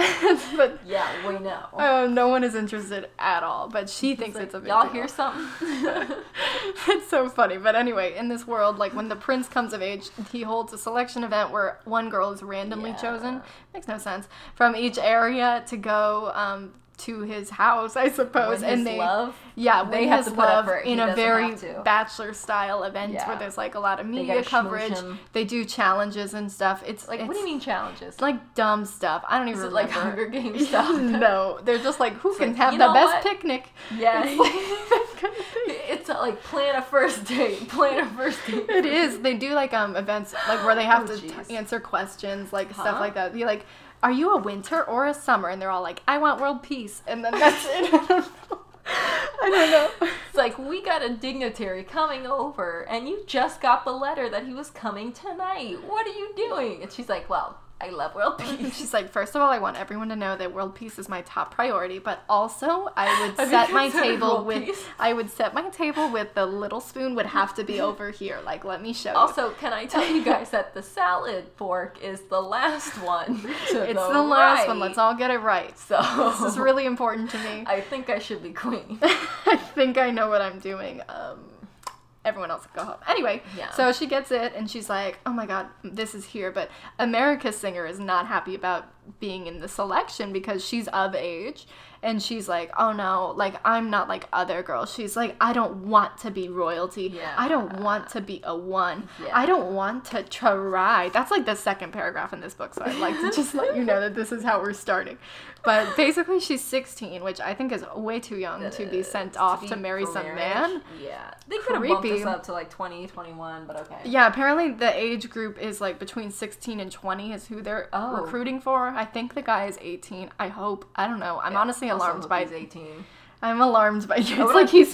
[SPEAKER 1] but
[SPEAKER 2] yeah, we know.
[SPEAKER 1] uh, no one is interested at all. But she thinks
[SPEAKER 2] Like,
[SPEAKER 1] it's a big
[SPEAKER 2] y'all
[SPEAKER 1] deal
[SPEAKER 2] hear something?
[SPEAKER 1] it's so funny. But anyway, in this world, like when the prince comes of age, he holds a selection event where one girl is randomly
[SPEAKER 2] Yeah.
[SPEAKER 1] chosen. Makes no sense. From each area to go um, to his house, I suppose.
[SPEAKER 2] Win
[SPEAKER 1] and
[SPEAKER 2] his
[SPEAKER 1] they
[SPEAKER 2] love?
[SPEAKER 1] yeah,
[SPEAKER 2] They
[SPEAKER 1] win his
[SPEAKER 2] have to put
[SPEAKER 1] love
[SPEAKER 2] effort. He
[SPEAKER 1] in a
[SPEAKER 2] doesn't
[SPEAKER 1] very
[SPEAKER 2] have to.
[SPEAKER 1] bachelor style event
[SPEAKER 2] Yeah.
[SPEAKER 1] where there's like a lot of media
[SPEAKER 2] gotta schmooze
[SPEAKER 1] coverage.
[SPEAKER 2] him.
[SPEAKER 1] They do challenges and stuff. It's
[SPEAKER 2] Like, what do you mean challenges?
[SPEAKER 1] It's like dumb stuff. I don't even
[SPEAKER 2] Is it
[SPEAKER 1] remember.
[SPEAKER 2] like Hunger Games stuff?
[SPEAKER 1] no, they're just like who can
[SPEAKER 2] like,
[SPEAKER 1] have
[SPEAKER 2] you
[SPEAKER 1] the
[SPEAKER 2] know
[SPEAKER 1] best
[SPEAKER 2] what?
[SPEAKER 1] picnic.
[SPEAKER 2] Yeah.
[SPEAKER 1] It's like that kind of thing.
[SPEAKER 2] it's not like plan a first date. Plan a first date.
[SPEAKER 1] It is. They do like um events like where they have
[SPEAKER 2] Oh,
[SPEAKER 1] to t-
[SPEAKER 2] jeez.
[SPEAKER 1] answer questions, like
[SPEAKER 2] Huh?
[SPEAKER 1] stuff like that. Be like, "Are you a winter or a summer?" And they're all like, "I want world peace," and then that's it. I don't know. I don't know.
[SPEAKER 2] It's like we got a dignitary coming over, and you just got the letter that he was coming tonight. What are you doing? And she's like, "Well, I love world
[SPEAKER 1] And
[SPEAKER 2] peace."
[SPEAKER 1] She's like, first of all, I want everyone to know that world peace is my top priority, but also I would
[SPEAKER 2] Have you
[SPEAKER 1] set my
[SPEAKER 2] considered
[SPEAKER 1] table
[SPEAKER 2] world
[SPEAKER 1] with
[SPEAKER 2] peace?
[SPEAKER 1] I would set my table with the little spoon would have to be over here. Like, let me show you.
[SPEAKER 2] Also, can I tell you guys that the salad fork is the last one? to
[SPEAKER 1] It's the last one.
[SPEAKER 2] right. Oh.
[SPEAKER 1] Let's all get it right.
[SPEAKER 2] So
[SPEAKER 1] This is really important to me.
[SPEAKER 2] I think I should be queen.
[SPEAKER 1] I think I know what I'm doing. Um, everyone else can go home. Anyway,
[SPEAKER 2] Yeah.
[SPEAKER 1] so she gets it and she's like, oh my god, this is here. But America's Singer is not happy about being in the selection because she's of age. And she's like, oh no, like I'm not like other girls. She's like, I don't want to be royalty.
[SPEAKER 2] Yeah.
[SPEAKER 1] I don't want to be a one.
[SPEAKER 2] Yeah.
[SPEAKER 1] I don't want to try. That's like the second paragraph in this book. So I'd like to just let you know that this is how we're starting. But basically, she's 16, which I think is way too young to be sent off
[SPEAKER 2] be
[SPEAKER 1] to marry
[SPEAKER 2] for
[SPEAKER 1] some
[SPEAKER 2] marriage.
[SPEAKER 1] man.
[SPEAKER 2] Yeah, they could have bumped
[SPEAKER 1] Creepy.
[SPEAKER 2] us up to like 20, 21, but okay.
[SPEAKER 1] Yeah, apparently the age group is like between 16 and 20 is who they're
[SPEAKER 2] Oh.
[SPEAKER 1] recruiting for. I think the guy is 18. I hope. I don't know. I'm honestly
[SPEAKER 2] Also
[SPEAKER 1] alarmed
[SPEAKER 2] hope
[SPEAKER 1] by
[SPEAKER 2] he's eighteen.
[SPEAKER 1] I'm alarmed by you.
[SPEAKER 2] I
[SPEAKER 1] It's
[SPEAKER 2] would
[SPEAKER 1] like he's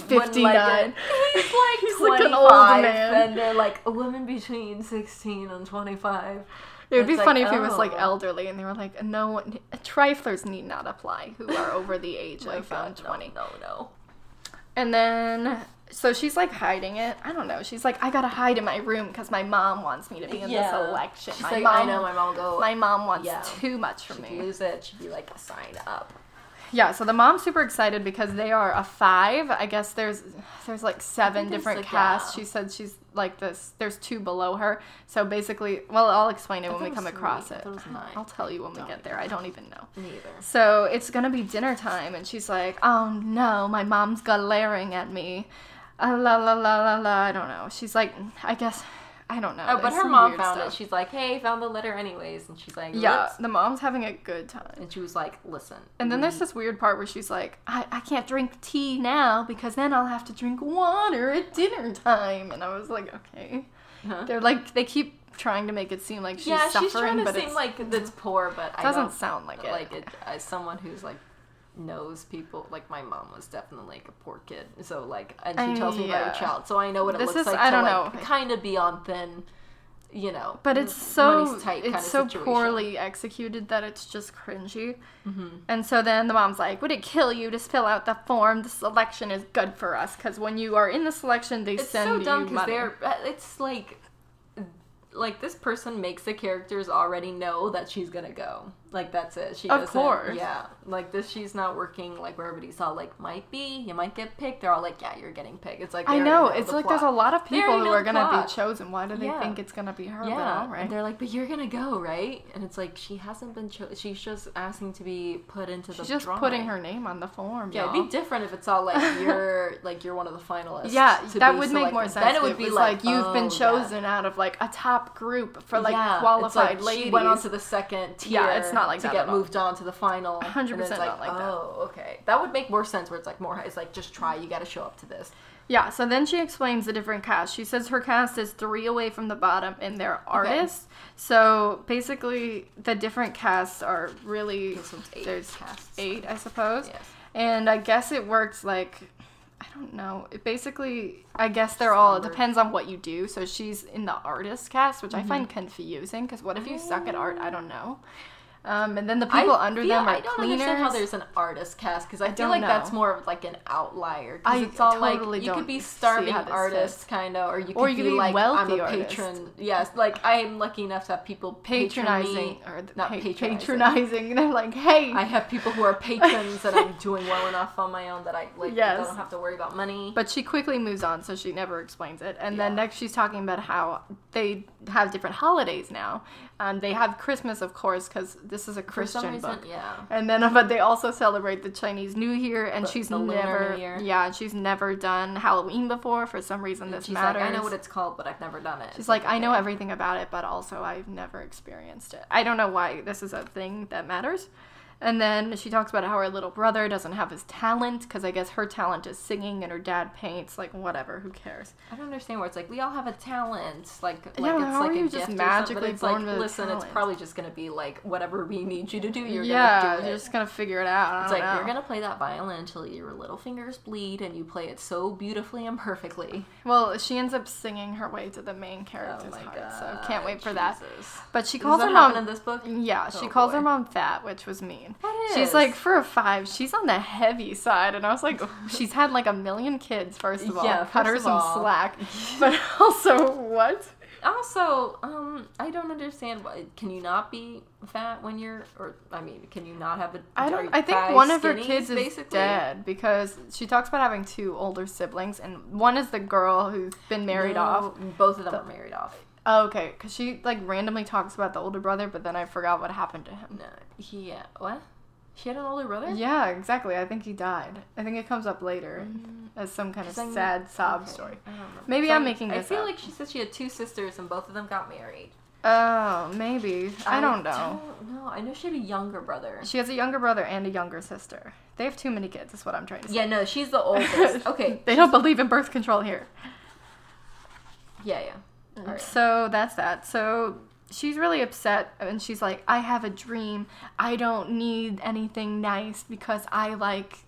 [SPEAKER 1] 59.
[SPEAKER 2] one-legged. He's like
[SPEAKER 1] He's like
[SPEAKER 2] 25,
[SPEAKER 1] an old man.
[SPEAKER 2] and they're like a woman between sixteen and twenty-five.
[SPEAKER 1] It would be
[SPEAKER 2] It's like,
[SPEAKER 1] funny if he was like
[SPEAKER 2] oh.
[SPEAKER 1] elderly and they were like, no, one- triflers need not apply who are over the age of um, 20.
[SPEAKER 2] uh, No, no.
[SPEAKER 1] And then, so she's like hiding it. I don't know. She's like, I gotta hide in my room because my mom wants me to be in this election.
[SPEAKER 2] She's
[SPEAKER 1] my
[SPEAKER 2] like,
[SPEAKER 1] mom,
[SPEAKER 2] I know my mom will go.
[SPEAKER 1] my mom wants
[SPEAKER 2] Yeah.
[SPEAKER 1] too much from
[SPEAKER 2] she'd
[SPEAKER 1] me.
[SPEAKER 2] lose it. She'd be like, sign up.
[SPEAKER 1] Yeah. So the mom's super excited because they are a five. I guess there's there's like seven
[SPEAKER 2] there's,
[SPEAKER 1] different
[SPEAKER 2] like,
[SPEAKER 1] casts.
[SPEAKER 2] yeah.
[SPEAKER 1] She said she's like this. There's two below her. So basically, well, I'll explain it when we
[SPEAKER 2] thought it
[SPEAKER 1] come
[SPEAKER 2] was three.
[SPEAKER 1] across
[SPEAKER 2] I
[SPEAKER 1] it.
[SPEAKER 2] thought it was nine.
[SPEAKER 1] I'll tell you when we get there. I don't even know.
[SPEAKER 2] Neither.
[SPEAKER 1] So it's gonna be dinner time, and she's like, "Oh no, my mom's glaring at me." Uh, la la la la la. I don't know. She's like, I guess, I don't know.
[SPEAKER 2] Oh, but
[SPEAKER 1] There's
[SPEAKER 2] her
[SPEAKER 1] some
[SPEAKER 2] mom
[SPEAKER 1] weird
[SPEAKER 2] found
[SPEAKER 1] stuff.
[SPEAKER 2] it. She's like, hey, found the letter anyways, and she's like,
[SPEAKER 1] yeah,
[SPEAKER 2] "Whoops."
[SPEAKER 1] the mom's having a good time.
[SPEAKER 2] And she was like, listen.
[SPEAKER 1] And then
[SPEAKER 2] we-
[SPEAKER 1] there's this weird part where she's like, I, I can't drink tea now because then I'll have to drink water at dinner time. And I was like, okay. They're like they keep trying to make it seem like she's
[SPEAKER 2] yeah,
[SPEAKER 1] suffering,
[SPEAKER 2] she's trying to
[SPEAKER 1] but
[SPEAKER 2] seem
[SPEAKER 1] it's-
[SPEAKER 2] like that's poor, but I
[SPEAKER 1] doesn't
[SPEAKER 2] don't-
[SPEAKER 1] sound like it.
[SPEAKER 2] Like it, as someone who's like knows people, like my mom was definitely like a poor kid, so like, and she
[SPEAKER 1] I mean,
[SPEAKER 2] tells me about
[SPEAKER 1] yeah.
[SPEAKER 2] her child, so I know what it
[SPEAKER 1] This
[SPEAKER 2] looks
[SPEAKER 1] is-
[SPEAKER 2] like
[SPEAKER 1] I
[SPEAKER 2] to
[SPEAKER 1] don't
[SPEAKER 2] like
[SPEAKER 1] know.
[SPEAKER 2] kind of be on thin, you know.
[SPEAKER 1] but it's so
[SPEAKER 2] Mm, money's tight kinda
[SPEAKER 1] it's so
[SPEAKER 2] situation.
[SPEAKER 1] poorly executed that it's just cringy.
[SPEAKER 2] Mm-hmm.
[SPEAKER 1] And so then the mom's like, "Would it kill you to fill out the form? The selection is good for us because when you are in the selection, they
[SPEAKER 2] It's
[SPEAKER 1] send
[SPEAKER 2] so dumb
[SPEAKER 1] you
[SPEAKER 2] because
[SPEAKER 1] money."
[SPEAKER 2] they're. uh, It's like, like this person makes the characters already know that she's gonna go. Like that's it. She
[SPEAKER 1] Of
[SPEAKER 2] doesn't-
[SPEAKER 1] course.
[SPEAKER 2] Yeah. Like this, she's not working. Like where everybody's all like, might be, you might get picked. They're all like, yeah, you're getting picked. It's like they
[SPEAKER 1] I
[SPEAKER 2] already
[SPEAKER 1] know. It's
[SPEAKER 2] the
[SPEAKER 1] like there's
[SPEAKER 2] plot.
[SPEAKER 1] a lot of
[SPEAKER 2] They
[SPEAKER 1] people
[SPEAKER 2] already
[SPEAKER 1] who
[SPEAKER 2] know
[SPEAKER 1] are
[SPEAKER 2] the
[SPEAKER 1] gonna
[SPEAKER 2] plot.
[SPEAKER 1] be chosen. Why do they
[SPEAKER 2] Yeah.
[SPEAKER 1] think it's gonna be her?
[SPEAKER 2] Yeah,
[SPEAKER 1] but all right.
[SPEAKER 2] and they're like, but you're gonna go, right? And it's like she hasn't been. Cho- she's just asking to be put into the.
[SPEAKER 1] She's just
[SPEAKER 2] drawing.
[SPEAKER 1] putting her name on the form.
[SPEAKER 2] Yeah,
[SPEAKER 1] y'all.
[SPEAKER 2] it'd be different if it's all like you're like you're one of the finalists.
[SPEAKER 1] Yeah,
[SPEAKER 2] to
[SPEAKER 1] that
[SPEAKER 2] be
[SPEAKER 1] would make more
[SPEAKER 2] selected.
[SPEAKER 1] sense.
[SPEAKER 2] Then it would be like,
[SPEAKER 1] you've
[SPEAKER 2] oh,
[SPEAKER 1] been
[SPEAKER 2] yeah.
[SPEAKER 1] chosen out of like a top group for like
[SPEAKER 2] Yeah, it's
[SPEAKER 1] qualified
[SPEAKER 2] like
[SPEAKER 1] ladies.
[SPEAKER 2] She went on to the second tier.
[SPEAKER 1] Yeah, it's not like
[SPEAKER 2] to
[SPEAKER 1] that
[SPEAKER 2] get
[SPEAKER 1] at all.
[SPEAKER 2] moved on to the final. and then
[SPEAKER 1] 100%
[SPEAKER 2] it's like,
[SPEAKER 1] not like that.
[SPEAKER 2] Oh, okay. That would make more sense where it's like more. It's like just try. You got to show up to this.
[SPEAKER 1] yeah, so then she explains the different cast. She says her cast is three away from the bottom and they're artists. So basically, the different casts are really
[SPEAKER 2] This one's eight
[SPEAKER 1] there's
[SPEAKER 2] casts.
[SPEAKER 1] eight, I suppose.
[SPEAKER 2] Yes.
[SPEAKER 1] And I guess it works like I don't know. It basically, I guess they're all. It
[SPEAKER 2] Numbered. Mm-hmm.
[SPEAKER 1] depends on what you do. So she's in the artist cast, which I find confusing because what if you suck at art? I don't know. Um, and then the people
[SPEAKER 2] I
[SPEAKER 1] under
[SPEAKER 2] feel-
[SPEAKER 1] them are
[SPEAKER 2] I don't
[SPEAKER 1] cleaners.
[SPEAKER 2] understand how there's an artist cast because I, feel
[SPEAKER 1] don't
[SPEAKER 2] like that's
[SPEAKER 1] know.
[SPEAKER 2] more of like an outlier.
[SPEAKER 1] I
[SPEAKER 2] Because it's all
[SPEAKER 1] totally
[SPEAKER 2] like you could
[SPEAKER 1] don't
[SPEAKER 2] be
[SPEAKER 1] see how
[SPEAKER 2] starving
[SPEAKER 1] this
[SPEAKER 2] artist kind of, or you could
[SPEAKER 1] Or you
[SPEAKER 2] be,
[SPEAKER 1] could be
[SPEAKER 2] like
[SPEAKER 1] wealthy
[SPEAKER 2] I'm a
[SPEAKER 1] artist.
[SPEAKER 2] patron. Yes, like I am lucky enough to have people patronizing
[SPEAKER 1] patronizing or the
[SPEAKER 2] not
[SPEAKER 1] pa-
[SPEAKER 2] patronizing.
[SPEAKER 1] patronizing. They're like, hey,
[SPEAKER 2] I have people who are patrons and I'm doing well enough on my own that I like
[SPEAKER 1] Yes.
[SPEAKER 2] don't have to worry about money.
[SPEAKER 1] But she quickly moves on, so she never explains it. And then
[SPEAKER 2] Yeah.
[SPEAKER 1] next, she's talking about how they have different holidays now. Um, they have Christmas, of course, because this is a
[SPEAKER 2] for some
[SPEAKER 1] Christian
[SPEAKER 2] reason,
[SPEAKER 1] book.
[SPEAKER 2] yeah.
[SPEAKER 1] And then, but they also celebrate the Chinese New Year, and
[SPEAKER 2] The-
[SPEAKER 1] she's
[SPEAKER 2] the Lunar
[SPEAKER 1] never,
[SPEAKER 2] New Year.
[SPEAKER 1] yeah, and she's never done Halloween before. For some reason,
[SPEAKER 2] And
[SPEAKER 1] this
[SPEAKER 2] she's
[SPEAKER 1] matters.
[SPEAKER 2] like, I know what it's called, but I've never done it.
[SPEAKER 1] She's like, I know everything about it, but also I've never experienced it. I don't know why this is a thing that matters. And then she talks about how her little brother doesn't have his talent because I guess her talent is singing and her dad paints. Like, whatever, who cares?
[SPEAKER 2] I don't understand where it's like we all have a talent, like like
[SPEAKER 1] Yeah,
[SPEAKER 2] it's
[SPEAKER 1] how
[SPEAKER 2] like
[SPEAKER 1] are
[SPEAKER 2] a
[SPEAKER 1] you
[SPEAKER 2] gift
[SPEAKER 1] just
[SPEAKER 2] or something,
[SPEAKER 1] magically
[SPEAKER 2] but it's like,
[SPEAKER 1] born with a
[SPEAKER 2] listen, it's
[SPEAKER 1] talent?
[SPEAKER 2] probably just gonna be like whatever we need you to do, you're
[SPEAKER 1] yeah,
[SPEAKER 2] gonna do it.
[SPEAKER 1] you're just gonna figure it out. I
[SPEAKER 2] it's
[SPEAKER 1] don't
[SPEAKER 2] like
[SPEAKER 1] know.
[SPEAKER 2] you're gonna play that violin until your little fingers bleed, and you play it so beautifully and perfectly.
[SPEAKER 1] Well, she ends up singing her way to the main character's
[SPEAKER 2] Oh my
[SPEAKER 1] heart,
[SPEAKER 2] God,
[SPEAKER 1] so can't wait for that.
[SPEAKER 2] Jesus.
[SPEAKER 1] But she
[SPEAKER 2] Does
[SPEAKER 1] calls
[SPEAKER 2] that
[SPEAKER 1] her
[SPEAKER 2] happen in
[SPEAKER 1] mom.
[SPEAKER 2] this book?
[SPEAKER 1] Yeah, she
[SPEAKER 2] Oh,
[SPEAKER 1] calls her
[SPEAKER 2] boy.
[SPEAKER 1] mom fat, which was mean.
[SPEAKER 2] That
[SPEAKER 1] She's
[SPEAKER 2] is.
[SPEAKER 1] like, for a five, she's on the heavy side. And I was like, she's had like a million kids, first of all.
[SPEAKER 2] Yeah,
[SPEAKER 1] Cut
[SPEAKER 2] first
[SPEAKER 1] her
[SPEAKER 2] of
[SPEAKER 1] some
[SPEAKER 2] all.
[SPEAKER 1] slack. But also, what?
[SPEAKER 2] Also, um, I don't understand. Why, can you not be fat when you're, or I mean, can you not have a?
[SPEAKER 1] I
[SPEAKER 2] are you
[SPEAKER 1] don't. I think
[SPEAKER 2] guys
[SPEAKER 1] one of her
[SPEAKER 2] skinnies,
[SPEAKER 1] kids is
[SPEAKER 2] basically?
[SPEAKER 1] dead because she talks about having two older siblings, and one is the girl who's been married
[SPEAKER 2] No,
[SPEAKER 1] off.
[SPEAKER 2] Both of them are married off.
[SPEAKER 1] Oh, okay, because she like randomly talks about the older brother, but then I forgot what happened to him.
[SPEAKER 2] No, he uh, what? She had an older brother.
[SPEAKER 1] Yeah, exactly. I think he died. I think it comes up later as some kind of
[SPEAKER 2] Mm. Cause I'm-
[SPEAKER 1] sad sob
[SPEAKER 2] Okay,
[SPEAKER 1] story.
[SPEAKER 2] I don't remember.
[SPEAKER 1] Maybe
[SPEAKER 2] So
[SPEAKER 1] I'm making
[SPEAKER 2] I
[SPEAKER 1] this
[SPEAKER 2] feel
[SPEAKER 1] up.
[SPEAKER 2] like she said she had two sisters and both of them got married.
[SPEAKER 1] Oh, maybe. I don't know.
[SPEAKER 2] don't know. I know she had a younger brother.
[SPEAKER 1] She has a younger brother and a younger sister. They have too many kids, is what I'm trying to say.
[SPEAKER 2] Yeah, no, she's the oldest. Okay.
[SPEAKER 1] They don't believe in birth control here.
[SPEAKER 2] Yeah, yeah. All right.
[SPEAKER 1] So that's that. So she's really upset and she's like, I have a dream. I don't need anything nice because I like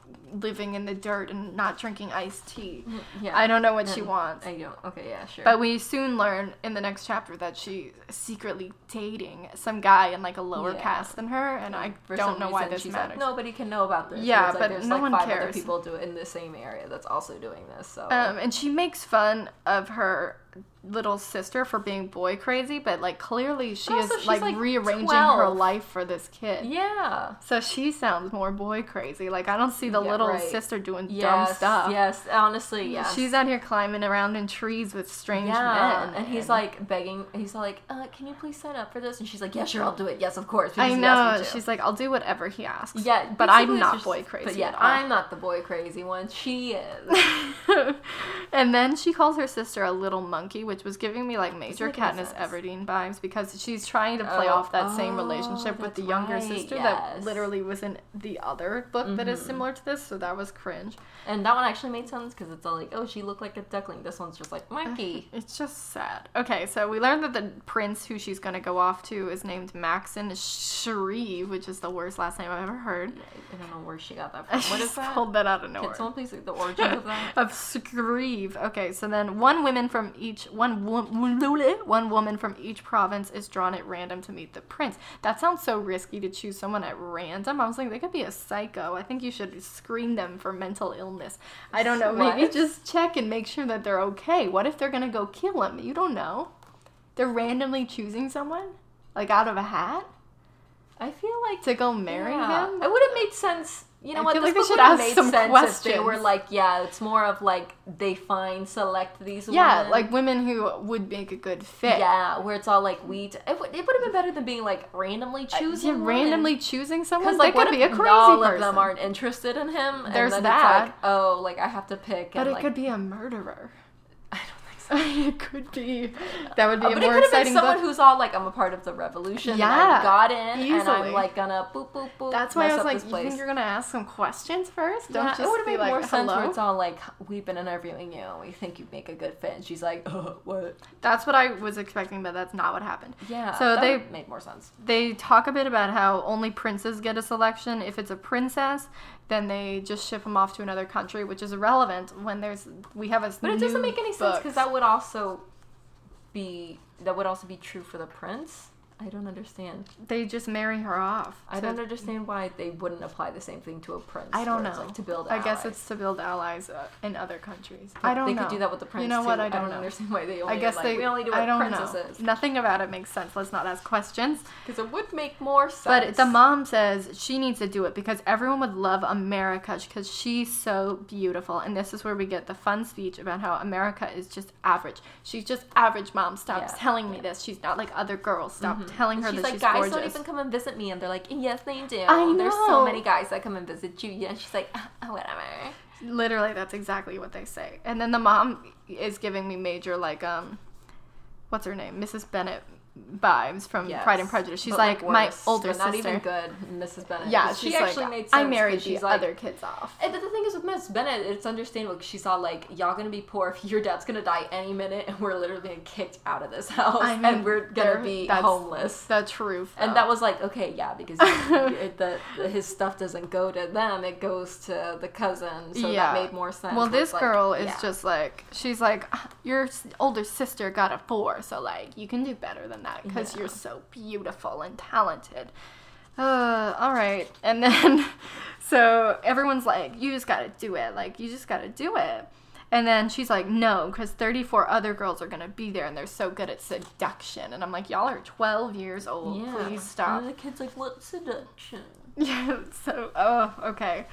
[SPEAKER 1] living in the dirt and not drinking iced tea.
[SPEAKER 2] Yeah.
[SPEAKER 1] I don't know what she
[SPEAKER 2] Mm.
[SPEAKER 1] wants.
[SPEAKER 2] I don't. Okay, yeah, sure.
[SPEAKER 1] But we soon learn in the next chapter that she's secretly dating some guy in like a lower
[SPEAKER 2] Yeah.
[SPEAKER 1] caste than her, and I
[SPEAKER 2] For
[SPEAKER 1] don't
[SPEAKER 2] some
[SPEAKER 1] know why
[SPEAKER 2] reason,
[SPEAKER 1] this
[SPEAKER 2] she's
[SPEAKER 1] matters.
[SPEAKER 2] Like, Nobody can know about this.
[SPEAKER 1] Yeah,
[SPEAKER 2] It's like
[SPEAKER 1] but
[SPEAKER 2] there's
[SPEAKER 1] no
[SPEAKER 2] like
[SPEAKER 1] one
[SPEAKER 2] five other
[SPEAKER 1] cares.
[SPEAKER 2] people do in the same area that's also doing this. So
[SPEAKER 1] Um, and she makes fun of her little sister for being boy crazy, but like clearly she
[SPEAKER 2] But
[SPEAKER 1] is
[SPEAKER 2] also she's,
[SPEAKER 1] like,
[SPEAKER 2] like,
[SPEAKER 1] rearranging her
[SPEAKER 2] 12.
[SPEAKER 1] life for this kid.
[SPEAKER 2] yeah,
[SPEAKER 1] So she sounds more boy crazy. Like I don't see the
[SPEAKER 2] Yeah,
[SPEAKER 1] little
[SPEAKER 2] right.
[SPEAKER 1] sister doing
[SPEAKER 2] yes,
[SPEAKER 1] dumb stuff.
[SPEAKER 2] Yes, honestly, yes.
[SPEAKER 1] She's out here climbing around in trees with strange
[SPEAKER 2] yeah,
[SPEAKER 1] men.
[SPEAKER 2] and he's like begging. He's like, uh, "Can you please sign up for this?" And she's like, "Yeah, sure, I'll do it. Yes, of course." because
[SPEAKER 1] I
[SPEAKER 2] he asked
[SPEAKER 1] know.
[SPEAKER 2] me to."
[SPEAKER 1] She's like, I'll do whatever he asks.
[SPEAKER 2] yeah,
[SPEAKER 1] but I'm
[SPEAKER 2] basically
[SPEAKER 1] not
[SPEAKER 2] it's
[SPEAKER 1] boy
[SPEAKER 2] just-
[SPEAKER 1] crazy.
[SPEAKER 2] But yeah,
[SPEAKER 1] at all.
[SPEAKER 2] I'm not the boy crazy one. She is.
[SPEAKER 1] and then she calls her sister a little monkey, which was giving me like major
[SPEAKER 2] make any
[SPEAKER 1] Katniss
[SPEAKER 2] sense.
[SPEAKER 1] Everdeen vibes because she's trying to play
[SPEAKER 2] Oh,
[SPEAKER 1] off that same
[SPEAKER 2] oh,
[SPEAKER 1] relationship with the
[SPEAKER 2] that's
[SPEAKER 1] younger
[SPEAKER 2] right,
[SPEAKER 1] sister
[SPEAKER 2] yes. Mm-hmm.
[SPEAKER 1] that literally was in the other book that is similar to this, so that was cringe.
[SPEAKER 2] And that one actually made sense because it's all like, oh, she looked like a duckling. This one's just like monkey.
[SPEAKER 1] It's just sad. Okay, so we learned that the prince who she's gonna go off to is named Maxon Shreve, which is the worst last name I've ever heard.
[SPEAKER 2] I I don't know where she got that
[SPEAKER 1] I
[SPEAKER 2] from. What is
[SPEAKER 1] just
[SPEAKER 2] that?
[SPEAKER 1] pulled that out of nowhere.
[SPEAKER 2] Can someone please read the origin of that?
[SPEAKER 1] of Scrieve. Okay, so then one woman from each one wo- one woman from each province is drawn at random to meet the prince. That sounds so risky to choose someone at random. I was like, they could be a psycho. I think you should screen them for mental illness. I don't know. Maybe
[SPEAKER 2] What?
[SPEAKER 1] just check and make sure that they're okay. What if they're gonna go kill him? You don't know. They're randomly choosing someone like out of a hat
[SPEAKER 2] I feel like
[SPEAKER 1] to go marry
[SPEAKER 2] Yeah.
[SPEAKER 1] him.
[SPEAKER 2] It would have made sense. You know
[SPEAKER 1] I
[SPEAKER 2] what?
[SPEAKER 1] feel
[SPEAKER 2] This
[SPEAKER 1] like they
[SPEAKER 2] book
[SPEAKER 1] should
[SPEAKER 2] would have
[SPEAKER 1] ask
[SPEAKER 2] made
[SPEAKER 1] some
[SPEAKER 2] sense if they were
[SPEAKER 1] questions.
[SPEAKER 2] like, yeah, it's more of like they find, select these.
[SPEAKER 1] Yeah,
[SPEAKER 2] women.
[SPEAKER 1] like women who would make a good fit.
[SPEAKER 2] yeah, where it's all like wheat. It would, it would have been better than being like randomly choosing,
[SPEAKER 1] Uh, Yeah, randomly choosing someone.
[SPEAKER 2] Because
[SPEAKER 1] Like,
[SPEAKER 2] like,
[SPEAKER 1] they could
[SPEAKER 2] what if
[SPEAKER 1] be a crazy
[SPEAKER 2] all
[SPEAKER 1] person.
[SPEAKER 2] of them aren't interested in him? And
[SPEAKER 1] There's
[SPEAKER 2] then
[SPEAKER 1] that.
[SPEAKER 2] It's like, oh, like I have to pick.
[SPEAKER 1] but
[SPEAKER 2] and,
[SPEAKER 1] it
[SPEAKER 2] like,
[SPEAKER 1] could be a murderer.
[SPEAKER 2] I don't think so.
[SPEAKER 1] it could be. That would be
[SPEAKER 2] Uh,
[SPEAKER 1] a
[SPEAKER 2] but it
[SPEAKER 1] more
[SPEAKER 2] could have
[SPEAKER 1] exciting
[SPEAKER 2] been someone
[SPEAKER 1] book.
[SPEAKER 2] who's all like, I'm a part of the revolution. and
[SPEAKER 1] Yeah,
[SPEAKER 2] I got in, and
[SPEAKER 1] easily.
[SPEAKER 2] I'm like gonna boop boop boop.
[SPEAKER 1] That's why
[SPEAKER 2] mess
[SPEAKER 1] I was
[SPEAKER 2] up
[SPEAKER 1] like,
[SPEAKER 2] this
[SPEAKER 1] you
[SPEAKER 2] place.
[SPEAKER 1] think you're gonna ask some questions first? Don't
[SPEAKER 2] Yeah,
[SPEAKER 1] just
[SPEAKER 2] it would have
[SPEAKER 1] be
[SPEAKER 2] made
[SPEAKER 1] like,
[SPEAKER 2] more sense where
[SPEAKER 1] hello.
[SPEAKER 2] it's all like, we've been interviewing you. We think you make a good fit. And she's like, uh, what?
[SPEAKER 1] That's what I was expecting, but that's not what happened.
[SPEAKER 2] Yeah.
[SPEAKER 1] So
[SPEAKER 2] that
[SPEAKER 1] they-
[SPEAKER 2] would made more sense.
[SPEAKER 1] They talk a bit about how only princes get a selection. If it's a princess, then they just ship them off to another country, which is irrelevant when there's we have a.
[SPEAKER 2] But it doesn't
[SPEAKER 1] new
[SPEAKER 2] make any sense
[SPEAKER 1] books.
[SPEAKER 2] because that would also be that would also be true for the prince. I don't understand.
[SPEAKER 1] they just marry her off.
[SPEAKER 2] I
[SPEAKER 1] to-
[SPEAKER 2] don't understand why they wouldn't apply the same thing to a prince.
[SPEAKER 1] I don't
[SPEAKER 2] where
[SPEAKER 1] know.
[SPEAKER 2] it's, Like to build.
[SPEAKER 1] I guess
[SPEAKER 2] allies.
[SPEAKER 1] it's to build allies uh, in other countries.
[SPEAKER 2] But
[SPEAKER 1] I don't
[SPEAKER 2] They
[SPEAKER 1] know.
[SPEAKER 2] could do that with the prince.
[SPEAKER 1] You know
[SPEAKER 2] too.
[SPEAKER 1] what? I don't, know.
[SPEAKER 2] understand why they only.
[SPEAKER 1] I guess
[SPEAKER 2] like,
[SPEAKER 1] they.
[SPEAKER 2] we only do
[SPEAKER 1] I
[SPEAKER 2] what
[SPEAKER 1] don't
[SPEAKER 2] princesses
[SPEAKER 1] know. Nothing about it makes sense. Let's not ask questions.
[SPEAKER 2] because it would make more sense.
[SPEAKER 1] But the mom says she needs to do it because everyone would love America because she's so beautiful. And this is where we get the fun speech about how America is just average. She's just average, mom. Stop
[SPEAKER 2] Yeah,
[SPEAKER 1] telling me
[SPEAKER 2] yeah.
[SPEAKER 1] this. She's not like other girls. Stop telling her
[SPEAKER 2] Mm-hmm. she's
[SPEAKER 1] that
[SPEAKER 2] like,
[SPEAKER 1] she's
[SPEAKER 2] guys
[SPEAKER 1] gorgeous.
[SPEAKER 2] don't even come and visit me, and they're like, yes, they do.
[SPEAKER 1] I
[SPEAKER 2] There's
[SPEAKER 1] know.
[SPEAKER 2] so many guys that come and visit you. Yeah, and she's like, "Ah, whatever.
[SPEAKER 1] Literally, that's exactly what they say. And then the mom is giving me major like um, what's her name, Mrs. Bennett vibes from
[SPEAKER 2] Yes.
[SPEAKER 1] Um, Pride and Prejudice. She's
[SPEAKER 2] But,
[SPEAKER 1] like, my
[SPEAKER 2] worse,
[SPEAKER 1] older
[SPEAKER 2] but
[SPEAKER 1] sister.
[SPEAKER 2] not even good, Mrs. Bennett.
[SPEAKER 1] Yeah,
[SPEAKER 2] 'Cause
[SPEAKER 1] she's
[SPEAKER 2] she actually
[SPEAKER 1] like,
[SPEAKER 2] made sense.
[SPEAKER 1] I married
[SPEAKER 2] 'cause
[SPEAKER 1] these
[SPEAKER 2] she's like,
[SPEAKER 1] other kids off.
[SPEAKER 2] And the the thing is with Mrs. Bennett, it's understandable. 'cause She's all like, "Y'all gonna be poor. If your dad's gonna die any minute, and we're literally being kicked out of this house,
[SPEAKER 1] I mean,
[SPEAKER 2] and we're
[SPEAKER 1] they're-
[SPEAKER 2] gonna be
[SPEAKER 1] that's-
[SPEAKER 2] homeless."
[SPEAKER 1] The truth.
[SPEAKER 2] And that was like, okay, yeah, because it, the, his stuff doesn't go to them; it goes to the cousin. So
[SPEAKER 1] Yeah.
[SPEAKER 2] that made more sense.
[SPEAKER 1] Well,
[SPEAKER 2] It's
[SPEAKER 1] this
[SPEAKER 2] like,
[SPEAKER 1] girl is
[SPEAKER 2] yeah.
[SPEAKER 1] just like she's like your s- older sister got a four, so like you can do better than that because
[SPEAKER 2] Yeah.
[SPEAKER 1] you're so beautiful and talented. Uh, all right, and then so everyone's like, you just gotta do it, like you just gotta do it. And then she's like, no, because 34 other girls are gonna be there and they're so good at seduction. And I'm like, y'all are 12 years old.
[SPEAKER 2] Yeah.
[SPEAKER 1] Please stop.
[SPEAKER 2] And the kid's like, what seduction?
[SPEAKER 1] Yeah, so oh, okay.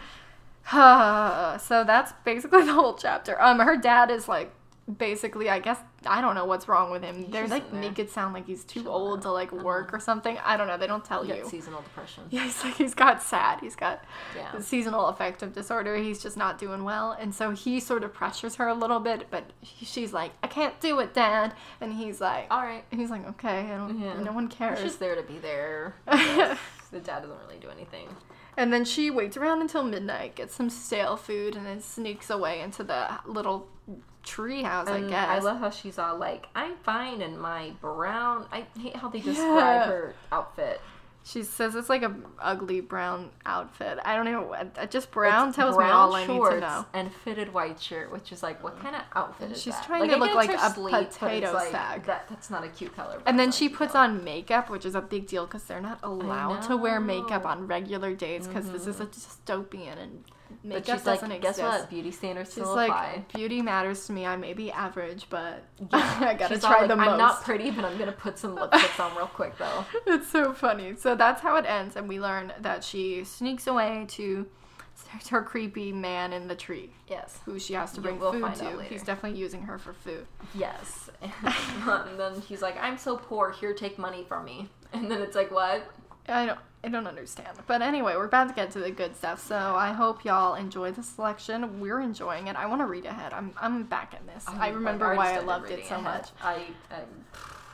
[SPEAKER 1] so that's basically the whole chapter. Um her dad is like basically I guess I don't know what's wrong with him. They're
[SPEAKER 2] just
[SPEAKER 1] like
[SPEAKER 2] in there.
[SPEAKER 1] make it sound like he's too
[SPEAKER 2] Chilling
[SPEAKER 1] old
[SPEAKER 2] out. Uh-huh.
[SPEAKER 1] to like work or something. I don't know, they don't tell
[SPEAKER 2] You
[SPEAKER 1] you.
[SPEAKER 2] got seasonal depression.
[SPEAKER 1] Yeah, he's like he's got sad. He's got
[SPEAKER 2] Yeah.
[SPEAKER 1] seasonal affective disorder. He's just not doing well. And so he sort of pressures her a little bit, but he- she's like, I can't do it, Dad. And he's like,
[SPEAKER 2] All right.
[SPEAKER 1] and he's like, okay, I don't,
[SPEAKER 2] Yeah.
[SPEAKER 1] no one cares.
[SPEAKER 2] She's just there to be there. I guess. the dad doesn't really do anything.
[SPEAKER 1] And then she waits around until midnight, gets some stale food, and then sneaks away into the little tree house, I
[SPEAKER 2] And
[SPEAKER 1] guess.
[SPEAKER 2] I love how she's all like, I'm fine in my brown. I hate how they describe
[SPEAKER 1] Yeah.
[SPEAKER 2] her outfit.
[SPEAKER 1] she says it's like a ugly brown outfit. I don't know. I- I- Just brown
[SPEAKER 2] It's
[SPEAKER 1] tells me
[SPEAKER 2] brown
[SPEAKER 1] all I need to
[SPEAKER 2] shorts
[SPEAKER 1] know.
[SPEAKER 2] And fitted white shirt, which is like, what kind of outfit is
[SPEAKER 1] She's
[SPEAKER 2] that?
[SPEAKER 1] trying
[SPEAKER 2] Like,
[SPEAKER 1] to
[SPEAKER 2] I
[SPEAKER 1] look
[SPEAKER 2] get
[SPEAKER 1] like
[SPEAKER 2] it's
[SPEAKER 1] a
[SPEAKER 2] her sleep, but it's
[SPEAKER 1] potato
[SPEAKER 2] like,
[SPEAKER 1] sack.
[SPEAKER 2] That, that's not a cute color. but
[SPEAKER 1] And then
[SPEAKER 2] it's
[SPEAKER 1] she
[SPEAKER 2] not
[SPEAKER 1] puts
[SPEAKER 2] cute.
[SPEAKER 1] on makeup, which is a big deal because they're not allowed to wear makeup
[SPEAKER 2] know. Mm-hmm.
[SPEAKER 1] on regular days because this is a dystopian and
[SPEAKER 2] But
[SPEAKER 1] makeup
[SPEAKER 2] she's like,
[SPEAKER 1] doesn't
[SPEAKER 2] guess
[SPEAKER 1] exist.
[SPEAKER 2] what? Beauty standards
[SPEAKER 1] She's
[SPEAKER 2] still
[SPEAKER 1] like,
[SPEAKER 2] apply.
[SPEAKER 1] beauty matters to me. I may be average, but
[SPEAKER 2] Yeah,
[SPEAKER 1] I gotta
[SPEAKER 2] she's all
[SPEAKER 1] try
[SPEAKER 2] like,
[SPEAKER 1] the most.
[SPEAKER 2] I'm not pretty, but I'm gonna put some lipsticks on real quick though.
[SPEAKER 1] It's so funny. So that's how it ends, and we learn that she sneaks away to her creepy man in the tree,
[SPEAKER 2] Yes.
[SPEAKER 1] who she has to
[SPEAKER 2] Yeah,
[SPEAKER 1] bring
[SPEAKER 2] we'll
[SPEAKER 1] food
[SPEAKER 2] find
[SPEAKER 1] to.
[SPEAKER 2] out later.
[SPEAKER 1] He's definitely using her for food.
[SPEAKER 2] Yes. And then he's like, I'm so poor, here take money from me. And then it's like, what?
[SPEAKER 1] I don't. I don't understand. But anyway, we're about to get to the good stuff. So I hope y'all enjoy the selection. We're enjoying it. I want to read ahead. I'm I'm back in
[SPEAKER 2] Oh,
[SPEAKER 1] this. I, remember
[SPEAKER 2] already
[SPEAKER 1] why I
[SPEAKER 2] started
[SPEAKER 1] loved it
[SPEAKER 2] reading
[SPEAKER 1] so
[SPEAKER 2] ahead.
[SPEAKER 1] much.
[SPEAKER 2] I, I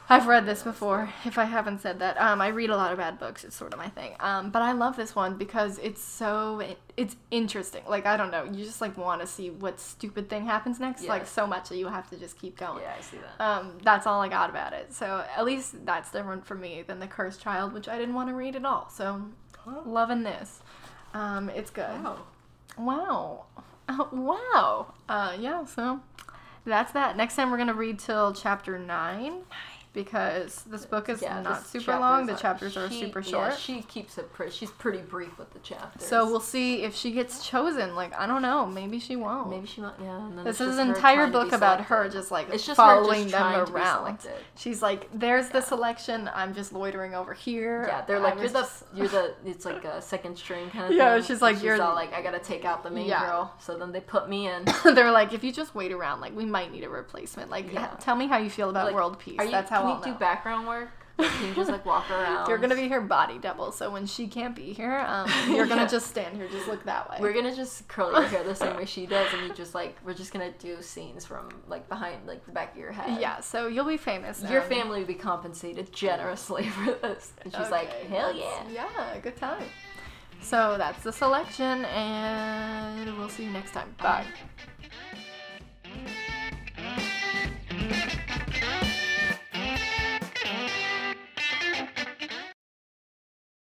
[SPEAKER 1] I've read this before, if I haven't said that. Um, I read a lot of bad books. It's sort of my thing. Um, but I love this one because it's so it's interesting. Like I don't know, you just like want to see what stupid thing happens next. Like
[SPEAKER 2] Yes.
[SPEAKER 1] so much that you have to just keep going.
[SPEAKER 2] yeah, I see that.
[SPEAKER 1] Um, that's all I got about it. So at least that's different for me than the Cursed Child, which I didn't want to read at all. So
[SPEAKER 2] Oh.
[SPEAKER 1] loving this. Um, it's good.
[SPEAKER 2] Wow.
[SPEAKER 1] Wow. Oh, wow. Uh, yeah, so that's that. Next time we're going to read till chapter 9 because this book is
[SPEAKER 2] Yeah,
[SPEAKER 1] not
[SPEAKER 2] this
[SPEAKER 1] super long. The
[SPEAKER 2] chapter's not-
[SPEAKER 1] chapters are
[SPEAKER 2] she-
[SPEAKER 1] super
[SPEAKER 2] yeah,
[SPEAKER 1] short.
[SPEAKER 2] she keeps it pretty. She's pretty brief with the chapters.
[SPEAKER 1] so we'll see if she gets chosen. Like, I don't know. Maybe she won't.
[SPEAKER 2] maybe she might. Yeah. And then
[SPEAKER 1] This
[SPEAKER 2] it's
[SPEAKER 1] is
[SPEAKER 2] just
[SPEAKER 1] an
[SPEAKER 2] her
[SPEAKER 1] entire
[SPEAKER 2] trying to be
[SPEAKER 1] book about her
[SPEAKER 2] selected.
[SPEAKER 1] just like
[SPEAKER 2] It's just her just
[SPEAKER 1] following
[SPEAKER 2] trying
[SPEAKER 1] them
[SPEAKER 2] to be
[SPEAKER 1] around.
[SPEAKER 2] selected.
[SPEAKER 1] She's like, there's the
[SPEAKER 2] Yeah.
[SPEAKER 1] selection. I'm just loitering over here.
[SPEAKER 2] Yeah, they're
[SPEAKER 1] I
[SPEAKER 2] like you're
[SPEAKER 1] was
[SPEAKER 2] the
[SPEAKER 1] just-
[SPEAKER 2] you're the it's like a second string kind of
[SPEAKER 1] Yeah,
[SPEAKER 2] thing.
[SPEAKER 1] she's like,
[SPEAKER 2] she's
[SPEAKER 1] you're-
[SPEAKER 2] all like I gotta take out the main
[SPEAKER 1] Yeah.
[SPEAKER 2] girl. So then they put me in.
[SPEAKER 1] they're like, if you just wait around, like we might need a replacement. Like,
[SPEAKER 2] Yeah.
[SPEAKER 1] tell me how you feel about
[SPEAKER 2] Like,
[SPEAKER 1] world peace.
[SPEAKER 2] Are you,
[SPEAKER 1] That's how
[SPEAKER 2] can
[SPEAKER 1] I'll
[SPEAKER 2] you
[SPEAKER 1] know.
[SPEAKER 2] do background work? Like, can you just like walk around?
[SPEAKER 1] You're gonna be her body double, so when she can't be here, um, you're gonna
[SPEAKER 2] Yeah.
[SPEAKER 1] just stand here, just look that way.
[SPEAKER 2] We're gonna just curl your hair the same way she does, and you just like we're just gonna do scenes from like behind like the back of your head.
[SPEAKER 1] yeah, so you'll be famous.
[SPEAKER 2] Your
[SPEAKER 1] um,
[SPEAKER 2] family would be compensated generously for this. And she's like,
[SPEAKER 1] okay,
[SPEAKER 2] hell yeah.
[SPEAKER 1] that's- Yeah, good time. So that's the selection, and we'll see you next time. Bye.